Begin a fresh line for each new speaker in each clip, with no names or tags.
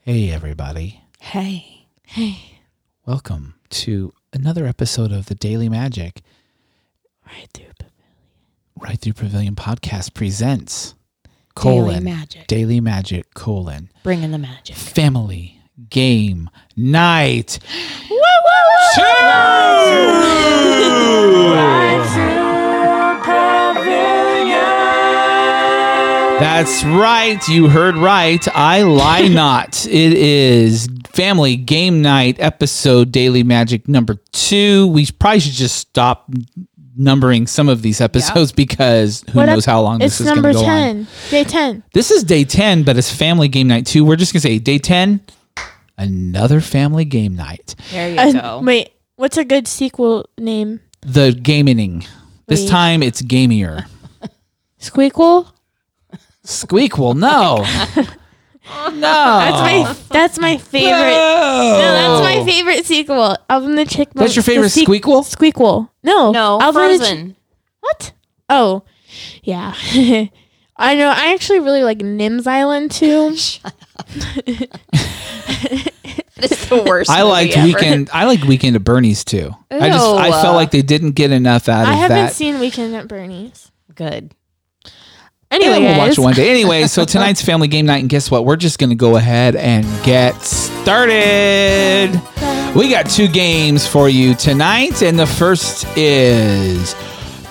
Hey, everybody.
Hey.
Welcome to another episode of the Daily Magic
Right through Pavilion.
Right Through Pavilion podcast presents
Daily
colon
Magic.
Daily Magic colon
Bring in the magic.
family game night
Woo, woo,
That's right. You heard right. I lie not. It is family game night episode Daily Magic number two. We probably should just stop numbering some of these episodes because who knows how long
it's
this is going
number
to go on.
10 day 10
This is day 10, but it's family game night two. We're just going to say day 10, another family game night.
There you
Uh,
go.
wait what's a good sequel name
The gaming. This
Wait.
time it's gamier.
squeakle
Squeak will know. oh, no. That's
my that's my favorite no, that's my favorite sequel alvin the chick
That's your favorite
the
squeakquel?
squeakquel no
no,
alvin the Chick-
Frozen.
what oh yeah i know i actually really like nims island too
It's the worst.
I
movie
liked
ever.
weekend. I liked Weekend at Bernie's too. I just I
Ew.
felt like they didn't get enough out
i
of
haven't
that.
seen weekend at bernie's
Good.
anyway
we'll watch
guys,
it one day. Anyway, so tonight's family game night, and guess what? We're just gonna go ahead and get started. We got two games for you tonight, and the first is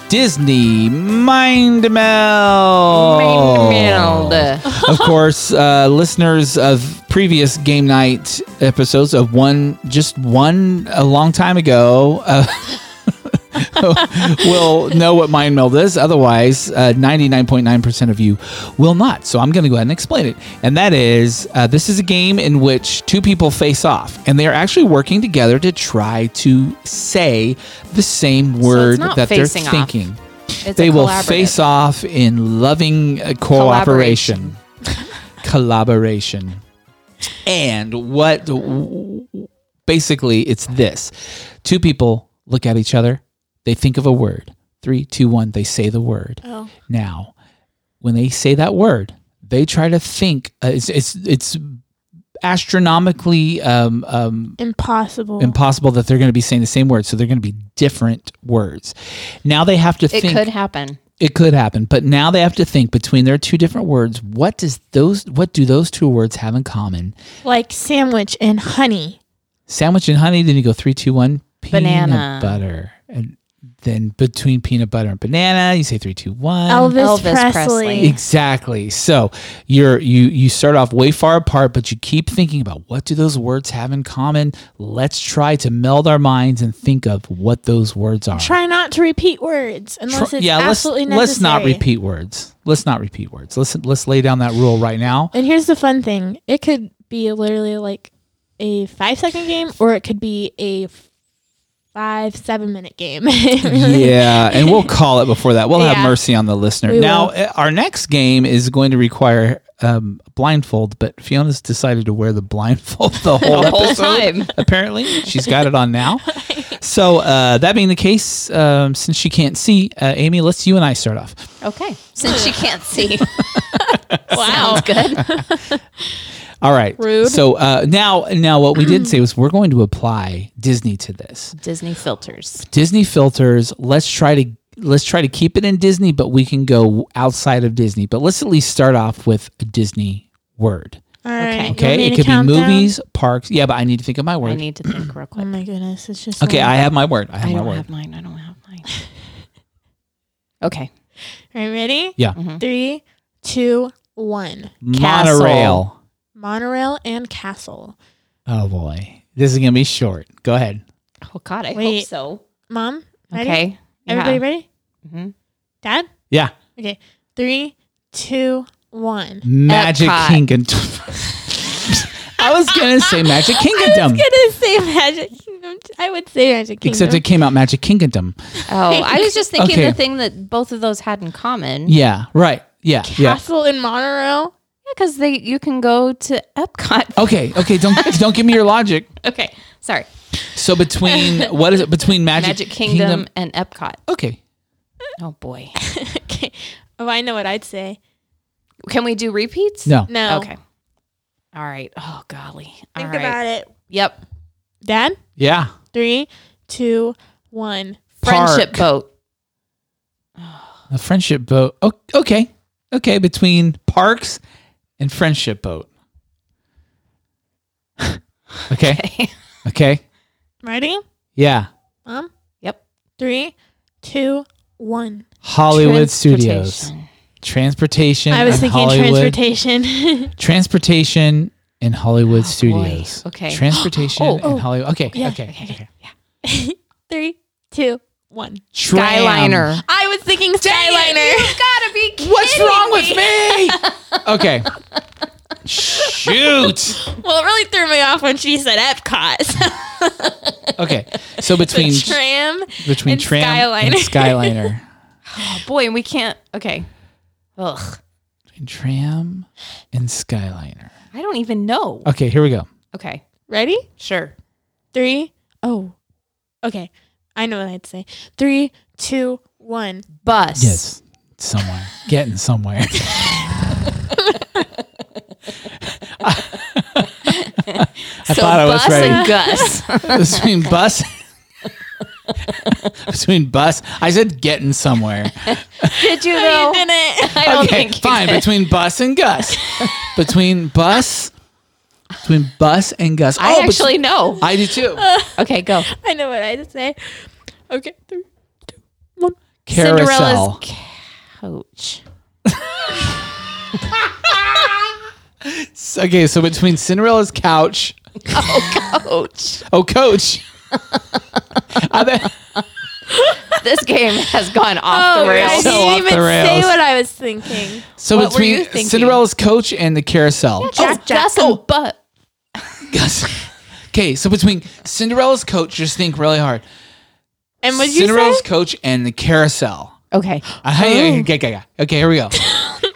Disney Mind Meld.
Meld.
of course, uh, listeners of previous game night episodes of one, just one a long time ago, uh, will know what mind meld is. Otherwise, uh, 99.9% of you will not. So I'm going to go ahead and explain it. And that is uh, this is a game in which two people face off, and they are actually working together to try to say the same word
not
that they're
facing off.
thinking
It's
they
a
will
collaborative.
face off in loving uh, cooperation, collaboration. And what basically it's this two people look at each other, they think of a word. Three, two, one, they say the word.
Oh.
Now, when they say that word, they try to think, uh, it's, it's, it's astronomically um, um,
impossible
impossible that they're going to be saying the same word. So they're going to be different words. Now they have to
It
think
could happen.
it could happen but now they have to think between their two different words what does those what do those two words have in common
like sandwich and honey
sandwich and honey then you go three two one peanut
Banana.
butter and then between peanut butter and banana you say three two one
Elvis,
Elvis
Presley.
Presley.
exactly so you're you you start off way far apart but you keep thinking about what do those words have in common let's try to meld our minds and think of what those words are
Try not to repeat words unless
Tr-
it's
yeah, let's
absolutely necessary.
let's not repeat words. Let's not repeat words. Let's let's lay down that rule right now.
And here's the fun thing: it could be literally like a five second game, or it could be a five seven minute game.
yeah, and we'll call it before that. We'll have
Yeah.
mercy on the listener.
We
now,
will.
uh, our next game is going to require um, blindfold, but Fiona's decided to wear the blindfold the whole
The whole
episode,
time.
Apparently, she's got it on now. So, uh, that being the case, um, since she can't see, uh, Amy, let's you and I start off.
Okay. Since she can't see. wow. Sounds good.
All right.
Rude.
So uh, now, now what we did say was we're going to apply Disney to this.
Disney filters.
Disney filters. Let's try to let's try to keep it in Disney, but we can go outside of Disney. But let's at least start off with a Disney word.
All right, you want
Okay,
me
it
to
could be
count down?
movies, parks. Yeah, but I need to think of my
I
word.
need to think real
Oh
quick.
my goodness, it's just
Okay,
one.
I have my word. I have
I
my
don't
word.
have mine. I don't have mine. Okay.
All right, ready?
yeah,
Mhm.
Three, two, one.
Castle.
monorail.
Monorail and castle.
Oh boy, this is gonna be short. Go ahead.
Oh God, I hope
Wait.
so.
Mom, ready?
Okay.
Everybody ready?
Mhm.
Dad?
Yeah,
Okay. Three, two, one.
Magic
Epcot.
Kingdom. I was gonna say Magic
I was
Kingdom,
gonna say Magic Kingdom. I would say Magic Kingdom.
except it came out Magic Kingdom.
Oh, I was just thinking
Okay.
the thing that both of those had in common.
Yeah, right. Yeah, yeah.
Castle in Monorail.
because they you can go to Epcot.
Okay, okay. Don't don't give me your logic.
Okay, sorry,
So between what is it between Magic,
Magic Kingdom, and Epcot.
Okay,
Oh boy,
okay. Oh, I know what I'd say.
can we do repeats?
no.
No.
Okay.
All right. Oh, golly. All
Think
right.
about it.
Yep.
Dad,
Yeah.
three, two, one.
Friendship
Park.
boat.
A friendship boat. Oh, okay. Okay. Between parks and friendship boat. okay. Okay.
Ready?
Yeah.
Mom?
Yep.
Three, two, one.
Hollywood Studios. Transportation.
Transportation.
I was
and
thinking
Hollywood.
transportation.
Transportation and Hollywood Studios.
Okay.
Transportation
Oh,
and Hollywood. Okay.
Yeah,
okay.
okay,
okay.
three, two, one.
Tram.
Skyliner.
I was thinking Skyliner.
gotta be kidding
What's wrong with me? okay. Shoot.
well, it really threw me off when she said Epcot.
Okay. So between
the tram.
between
and
tram and Skyliner.
Oh, Boy, and we can't. Okay. Ugh.
Between tram and Skyliner.
I don't even know.
Okay, here we go.
Okay.
Ready?
Sure.
Three. Oh, okay. I know what I'd say. Three, two, one.
Bus.
Yes. Somewhere. Getting somewhere. I
so
thought I was
bus
ready.
and Gus.
between bus between bus i said getting somewhere
Did you
No,
know?
you didn't.
I don't
okay
think you
fine
did.
between bus and gus between bus between bus and gus
I
Oh, bet-
actually Uh, know.
i do too
Okay, go.
I know what I'd say. Okay. Three, two, one.
carousel
Cinderella's coach.
okay so between cinderella's couch
Oh, coach.
oh coach I bet-
this game has gone off the
Oh, I
rails. Oh,
So off
didn't
the
even say
rails.
what I was thinking.
so
What were you
between
thinking?
cinderella's coach and the carousel Oh,
Oh, Gus and Butt.
gus okay so between cinderella's coach just think really hard
And would you
cinderella's
say
coach and the carousel
Okay.
Uh, hey,
Oh.
okay, okay, okay. okay, here we go.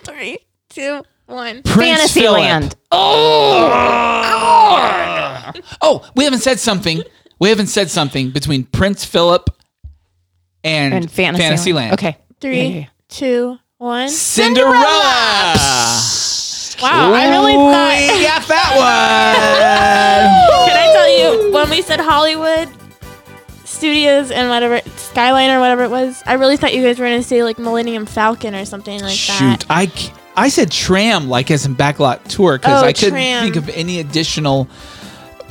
three, two, one?
Prince
Fantasyland.
Philip. Oh, we haven't said something. We haven't said something between Prince Philip and,
and Fantasyland.
Fantasyland.
Okay.
Three, two, one.
Cinderella.
Wow, Oh, I really
Ooh,
thought. Oh
we got that one.
Can I tell you when we said Hollywood Studios and whatever Skyline or whatever it was? I really thought you guys were gonna say like Millennium Falcon or something like
Shoot,
that.
I c- I said tram like as in backlot tour because
Oh,
I couldn't
tram.
think of any additional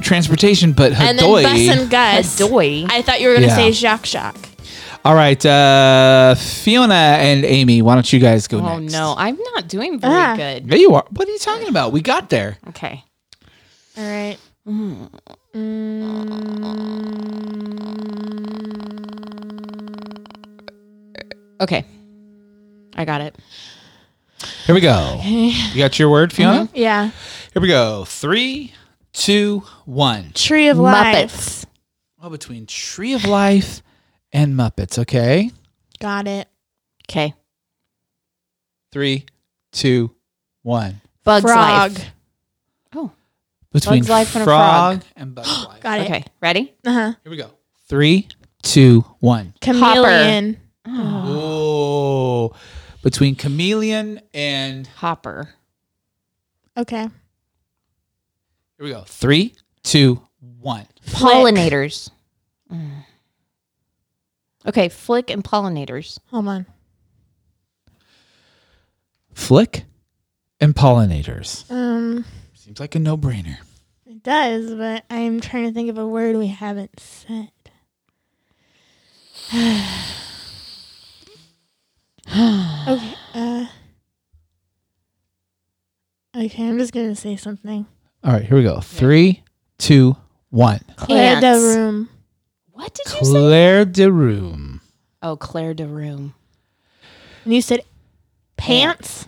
transportation. But
And then
Hadoi.
Bus and Gus.
Adoy.
I thought you were gonna
Yeah.
say Jacques Jacques.
All right, uh, Fiona and Amy, why don't you guys go
Oh,
next?
no. I'm not doing very
Ah.
good.
There you are. What are you talking about? We got there.
Okay.
All right. Mm.
Okay. I got it.
Here we go. You got your word, Fiona?
Yeah.
Here we go. Three, two, one.
Tree of Life.
Muppets.
Well, between Tree of Life and Muppets, okay?
Got it.
Okay.
Three, two, one.
Bugs
Frog.
Life.
Between
Bugs Life and a
frog and Bugs Life.
Got it.
Okay. Ready?
Uh huh.
Here we go. Three, two, one.
Chameleon.
Oh. Between chameleon and
Hopper.
Okay.
here we go. Three, two, one.
Flick.
Pollinators. Mm. Okay. Flick and pollinators.
Hold on.
Flick and pollinators.
Um,
Seems like a no brainer.
it does, but I'm trying to think of a word we haven't said. okay. Uh, okay, I'm just gonna say something.
All right, here we go. Three, two, one.
Claire
Ants.
de room.
What did you say?
Claire de Room.
Oh, Claire de Room.
And you said pants.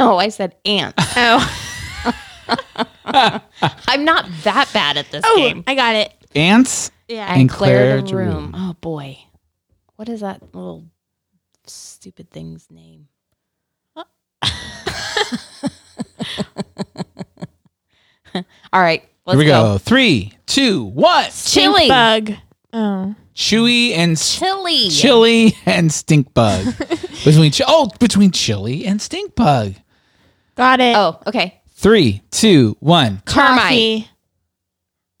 No, I said ants.
Oh,
I'm not that bad at this game.
Oh, I got it.
Ants.
Yeah.
And
and Claire,
Claire
de
de
Room.
Room.
Oh boy, what is that little stupid thing's name? All right, let's
here we
go.
go. Three, two, one.
Stink
Chili.
bug. Oh,
Chewy and s-
Chili.
chili and stink bug. between chi- oh, between chili and stink bug.
got it.
Oh, okay.
Three, two, one.
Carmine.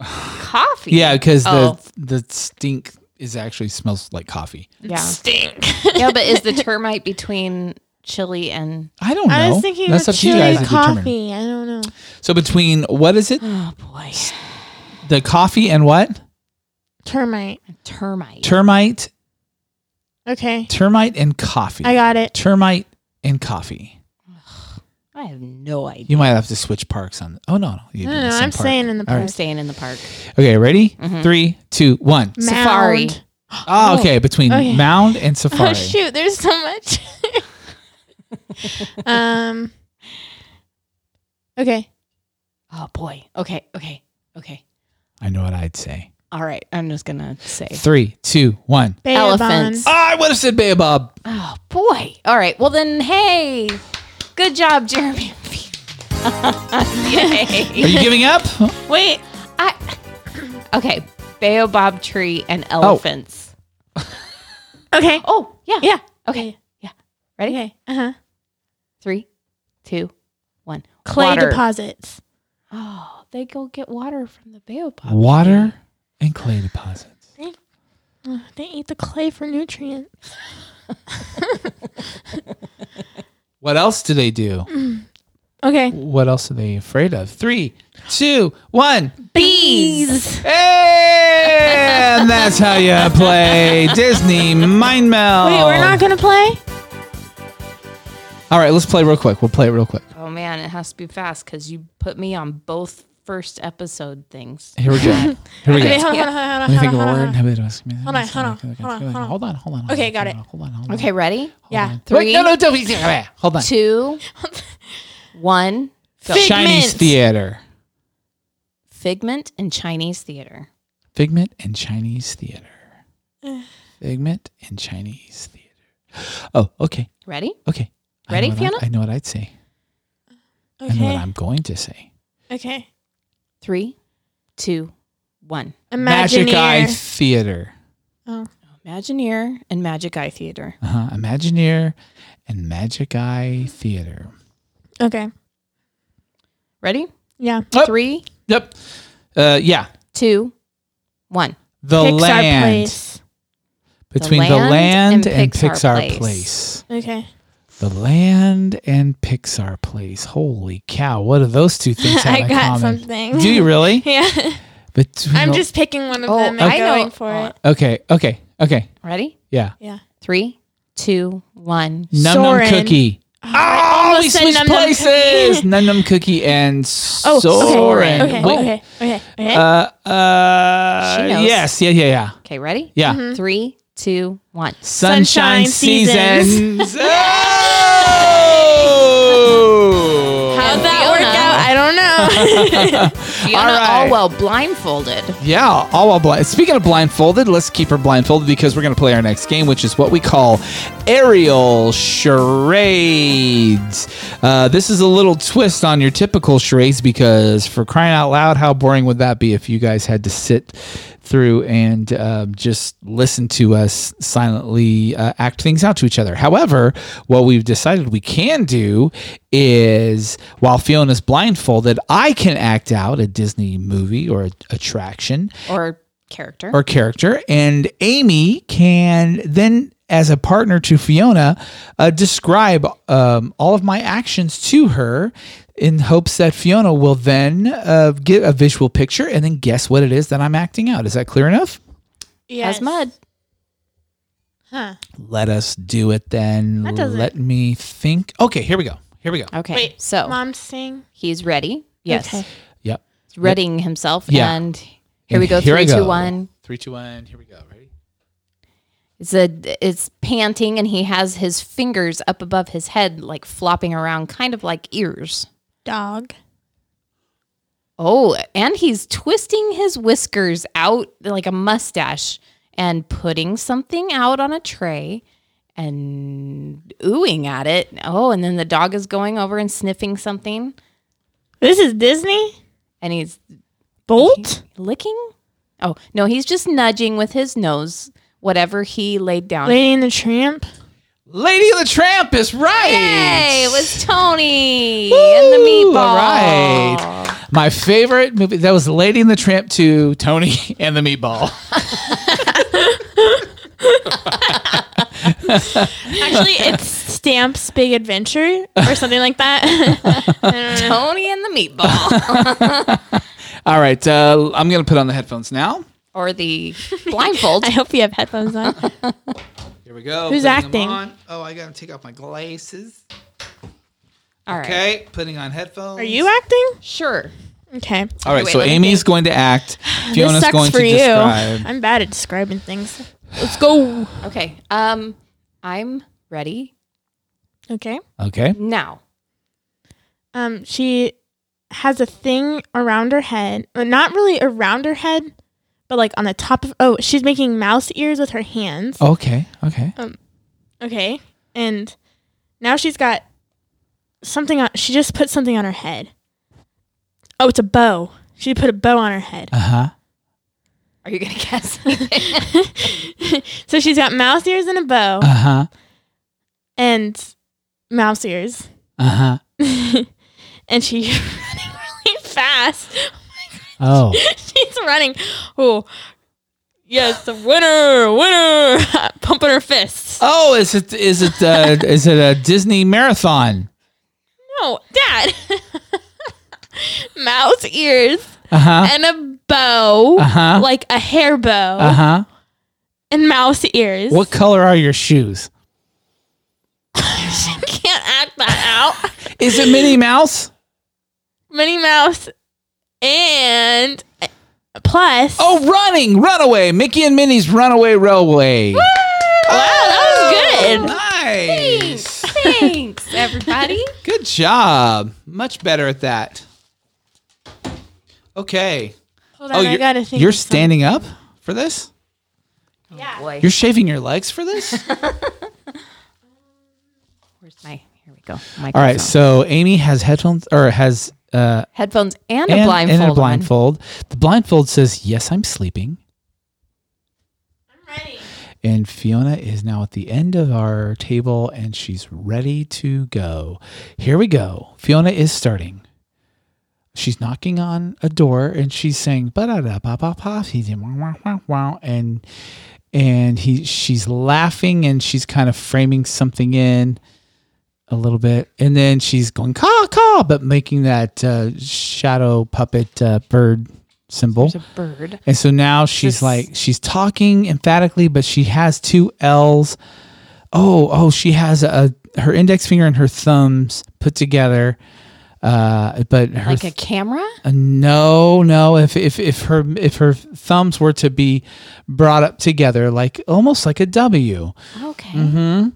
Coffee.
Coffee.
Yeah, because
Oh.
the the stink is actually smells like coffee.
Yeah.
Stink.
yeah, but is the termite between chili and
I don't know.
I was thinking
Oh, That's
of
up to you
chili
guys to determine.
coffee. I don't know.
So between what is it?
oh boy,
The coffee and what?
Termite.
termite?
Termite,
Okay.
termite and coffee.
I got it.
termite and coffee.
I have no idea.
You might have to switch parks on. Oh no, no, you
No,
did the
no,
same
I'm
park.
saying in the
All right.
I'm
park.
staying in the park.
Okay, ready?
Mhm.
Three, two, one.
Mound.
Safari.
Oh, okay. Between
Oh, yeah.
mound and safari.
Oh shoot, there's so much. um. Okay.
Oh boy. Okay. Okay. Okay.
I know what I'd say.
All right. I'm just gonna say.
Three, two, one.
Bayabon.
Elephants.
Oh, I would have said Baobab.
Oh boy. All right. Well then, hey, good job, Jeremy. Yay.
Are you giving up?
Wait. I. Okay. Baobab tree and elephants.
Okay.
Oh, yeah.
Yeah.
Okay. Yeah. Ready?
Okay. Uh huh.
Three, two, one.
Clay
Water.
deposits.
Oh, they go get water from the baobab.
Water and clay deposits.
Ugh, They eat the clay for nutrients.
What else do they do?
Mm. Okay.
What else are they afraid of? Three, two, one.
Bees.
Hey! and that's how you play Disney Mind Meld.
Wait, we're not gonna play.
All right, let's play real quick. We'll play it real quick.
Oh man, it has to be fast because you put me on both first episode things.
Here we go. Here we go.
Okay, hold on, hold on,
Let me
hold
think of
on,
a
hold on,
word.
hold
Hold
on. on, hold on, hold on, hold on.
Hold on, hold on.
Okay, got
hold on,
it.
Hold on, hold on.
Okay, ready?
hold
Yeah.
on. Wait, no,
Three.
no, don't be. Hold on.
Two, one. Go.
Fig-
Chinese
Figments.
theater.
Figment and Chinese theater.
Figment and Chinese theater. Figment and Chinese theater. Oh, okay.
Ready?
Okay. I know
Ready,
what I-
Fiona?
I know what I'd say. I know what
Okay.
I'm going to say.
Okay.
Three, two, one.
Magic Eye
Imagineer.
Theater.
Oh.
Imagineer and Magic Eye Theater.
Uh-huh. Imagineer and Magic Eye Theater.
Okay.
Ready?
Yeah.
Oh.
Three,
Yep. Uh, yeah.
two, one.
The
Pixar
land.
place.
Between the land, and, Pixar, place.
Okay.
The land and Pixar place. Holy cow. What do those two things have
I
in
got
common?
something.
Do you really?
Yeah.
Between
I'm
the-
just picking one of
Oh,
them and
I know.
going for it.
Okay, okay, okay.
Ready?
Yeah.
Yeah.
Three, two, one.
Num Num
Soren.
Cookie. Oh, we
said
switched
Num Num
places. Num Num Cookie and
Oh,
Soren.
okay. Okay.
Wait.
Okay. Okay. okay.
Uh, uh,
She knows.
yes, yeah, yeah, yeah.
Okay, ready?
Yeah.
Three, two, one.
Sunshine,
Mm-hmm. Sunshine
seasons. Oh!
How'd that work
Fiona.
out? I don't know.
Fiona
right.
Allwell blindfolded.
Yeah, all while blind. Speaking of blindfolded, let's keep her blindfolded because we're going to play our next game, which is what we call aerial charades. Uh, this is a little twist on your typical charades because, for crying out loud, how boring would that be if you guys had to sit through and um, just listen to us silently uh, act things out to each other? However, what we've decided we can do is while Fiona's blindfolded, I can act out a Disney movie or a attraction
Or character.
or character, and Amy can then, as a partner to Fiona, uh, describe um, all of my actions to her in hopes that Fiona will then uh, get a visual picture and then guess what it is that I'm acting out. Is that clear enough?
yes.
as mud.
Huh.
Let us do it then.
That doesn't-
Let me think. Okay, here we go. Here we go.
Okay.
Wait,
Oh.
so
Mom sing.
he's ready. Yes.
Okay.
Yep.
He's readying himself.
Yeah.
And here we
And
go.
here I
Three, two, one.
go. Three, two, one. Here we go. Ready?
It's a it's panting and he has his fingers up above his head like flopping around kind of like ears.
Dog.
Oh, and he's twisting his whiskers out like a mustache and putting something out on a tray and oohing at it. Oh, and then the dog is going over and sniffing something
This is Disney.
and he's
Bolt.
licking. Oh, no, he's just nudging with his nose whatever he laid down.
Lady and the Tramp.
Lady of the Tramp is right.
Hey, it was Tony and the
Woo,
meatball.
all right. My favorite movie that was Lady and the Tramp 2, Tony and the Meatball.
Actually, it's Stamps Big Adventure or something like that. I don't know.
Tony and the meatball.
All right, uh, I'm going to put on the headphones now.
or the blindfold.
I hope you have headphones on.
Here we go. Putting
Who's
them
acting?
on. Oh, I got to take off my glasses.
All right.
Okay, putting on headphones.
Are you acting?
Sure.
Okay.
All right,
Wait,
so
let me
Amy's
think.
going to act. Fiona's
this sucks
going
for
to
you.
describe.
I'm bad at describing things. Let's go.
Okay. Um, I'm ready
Okay.
Okay.
now.
Um, she has a thing around her head, well, not really around her head, but like on the top of. Oh, she's making mouse ears with her hands.
Okay. Okay. Oh.
Okay, and now she's got something on. She just put something on her head. Oh, it's a bow. She put a bow on her head.
Uh huh.
Are you gonna guess?
So she's got mouse ears and a bow,
Uh huh.
and mouse ears,
Uh huh.
and she's running really fast.
Oh.
she's running. Oh, yes, the winner, winner, pumping her fists.
Oh, is it is it uh, is it a Disney marathon?
No, Dad, mouse ears
Uh huh.
and a bow,
Uh-huh.
like a hair bow,
Uh huh.
and mouse ears.
What color are your shoes?
she can't act that out.
Is it Minnie Mouse?
Minnie Mouse and uh, plus.
Oh, running, runaway, Mickey and Minnie's Runaway Railway. Wow,
that
Nice.
Thanks, everybody.
Good job. Much better at that. Okay.
Hold on, I
Oh, you're,
gotta think.
you're
of something.
standing up for this?
Oh, Boy,
You're shaving your legs for this?
where's my? Here we go.
All right. So Amy has headphones or has uh,
headphones and, a
and-
blindfold.
And a
on.
blindfold. The blindfold says, "Yes, I'm sleeping." And Fiona is now at the end of our table and she's ready to go. Here we go. Fiona is starting. She's knocking on a door and she's saying ba da da ba ba ba she's in, wow, wow, wow, wow. and and he she's laughing and she's kind of framing something in a little bit and then she's going caw caw but making that uh, shadow puppet uh, bird symbol
There's a bird.
and so now she's
Just-
like she's talking emphatically, but she has two L's. Oh, oh, she has a her index finger and her thumbs put together. Uh, but her
Like a camera?
uh, no, no. If if if her if her thumbs were to be brought up together, like almost like a W,
Okay.
Mm,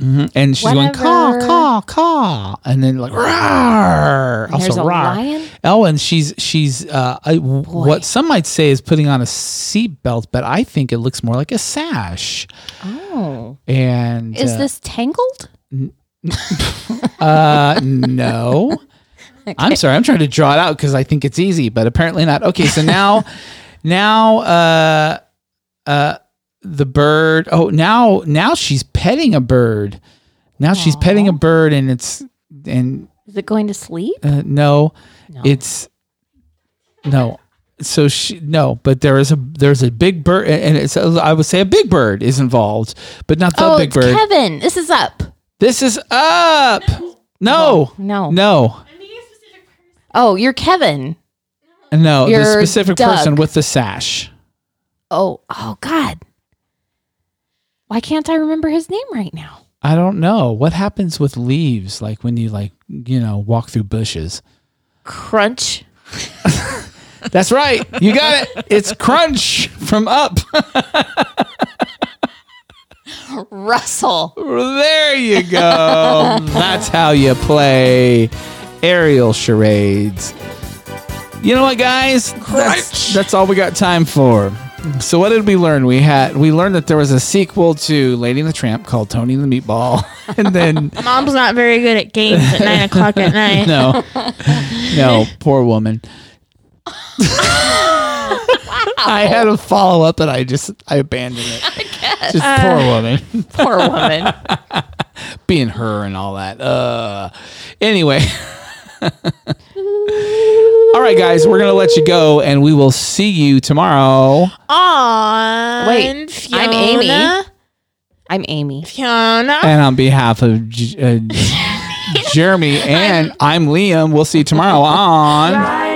Mhm. and she's going
Mm-hmm. Whatever.
caw caw caw, and then like rawr,
And there's
also
a
rawr.
lion.
Oh, and she's she's uh, I, what some might say is putting on a seatbelt, but I think it looks more like a sash.
Oh.
And
Is
uh,
this tangled?
uh, no. I'm sorry. I'm trying to draw it out because I think it's easy, but apparently not. Okay, so now, now, uh, uh, the bird. Oh, now, now she's petting a bird. Now she's petting a bird, and it's and
Is it going to sleep?
uh, no,
No.
it's no. So she no, but there is a there's a big bird, and it's I would say a big bird is involved, but not the
oh,
big
it's
bird.
Kevin. This is up. Oh,
this is up. No,
No.
no,
Oh, you're Kevin.
no. The
You're
specific
Doug.
person with the sash.
Oh, oh God. Why can't I remember his name right now?
I don't know what happens with leaves, like when you like you know walk through bushes.
Crunch.
That's right, you got it. It's Crunch from Up.
Russell.
There you go. That's how you play aerial charades. You know what, guys? That's, that's all we got time for. So what did we learn? We had we learned that there was a sequel to Lady and the Tramp called Tony and the Meatball, and then
Mom's not very good at games at nine o'clock at night.
no, no, poor woman. I had a follow up and I just I abandoned it. Just poor woman.
Poor woman.
Being her and all that. Uh anyway. all right, guys, we're gonna let you go and we will see you tomorrow.
On
Wait,
Fiona,
I'm Amy. I'm Amy.
Fiona.
And on behalf of J- uh, Jeremy and I'm Liam, we'll see you tomorrow on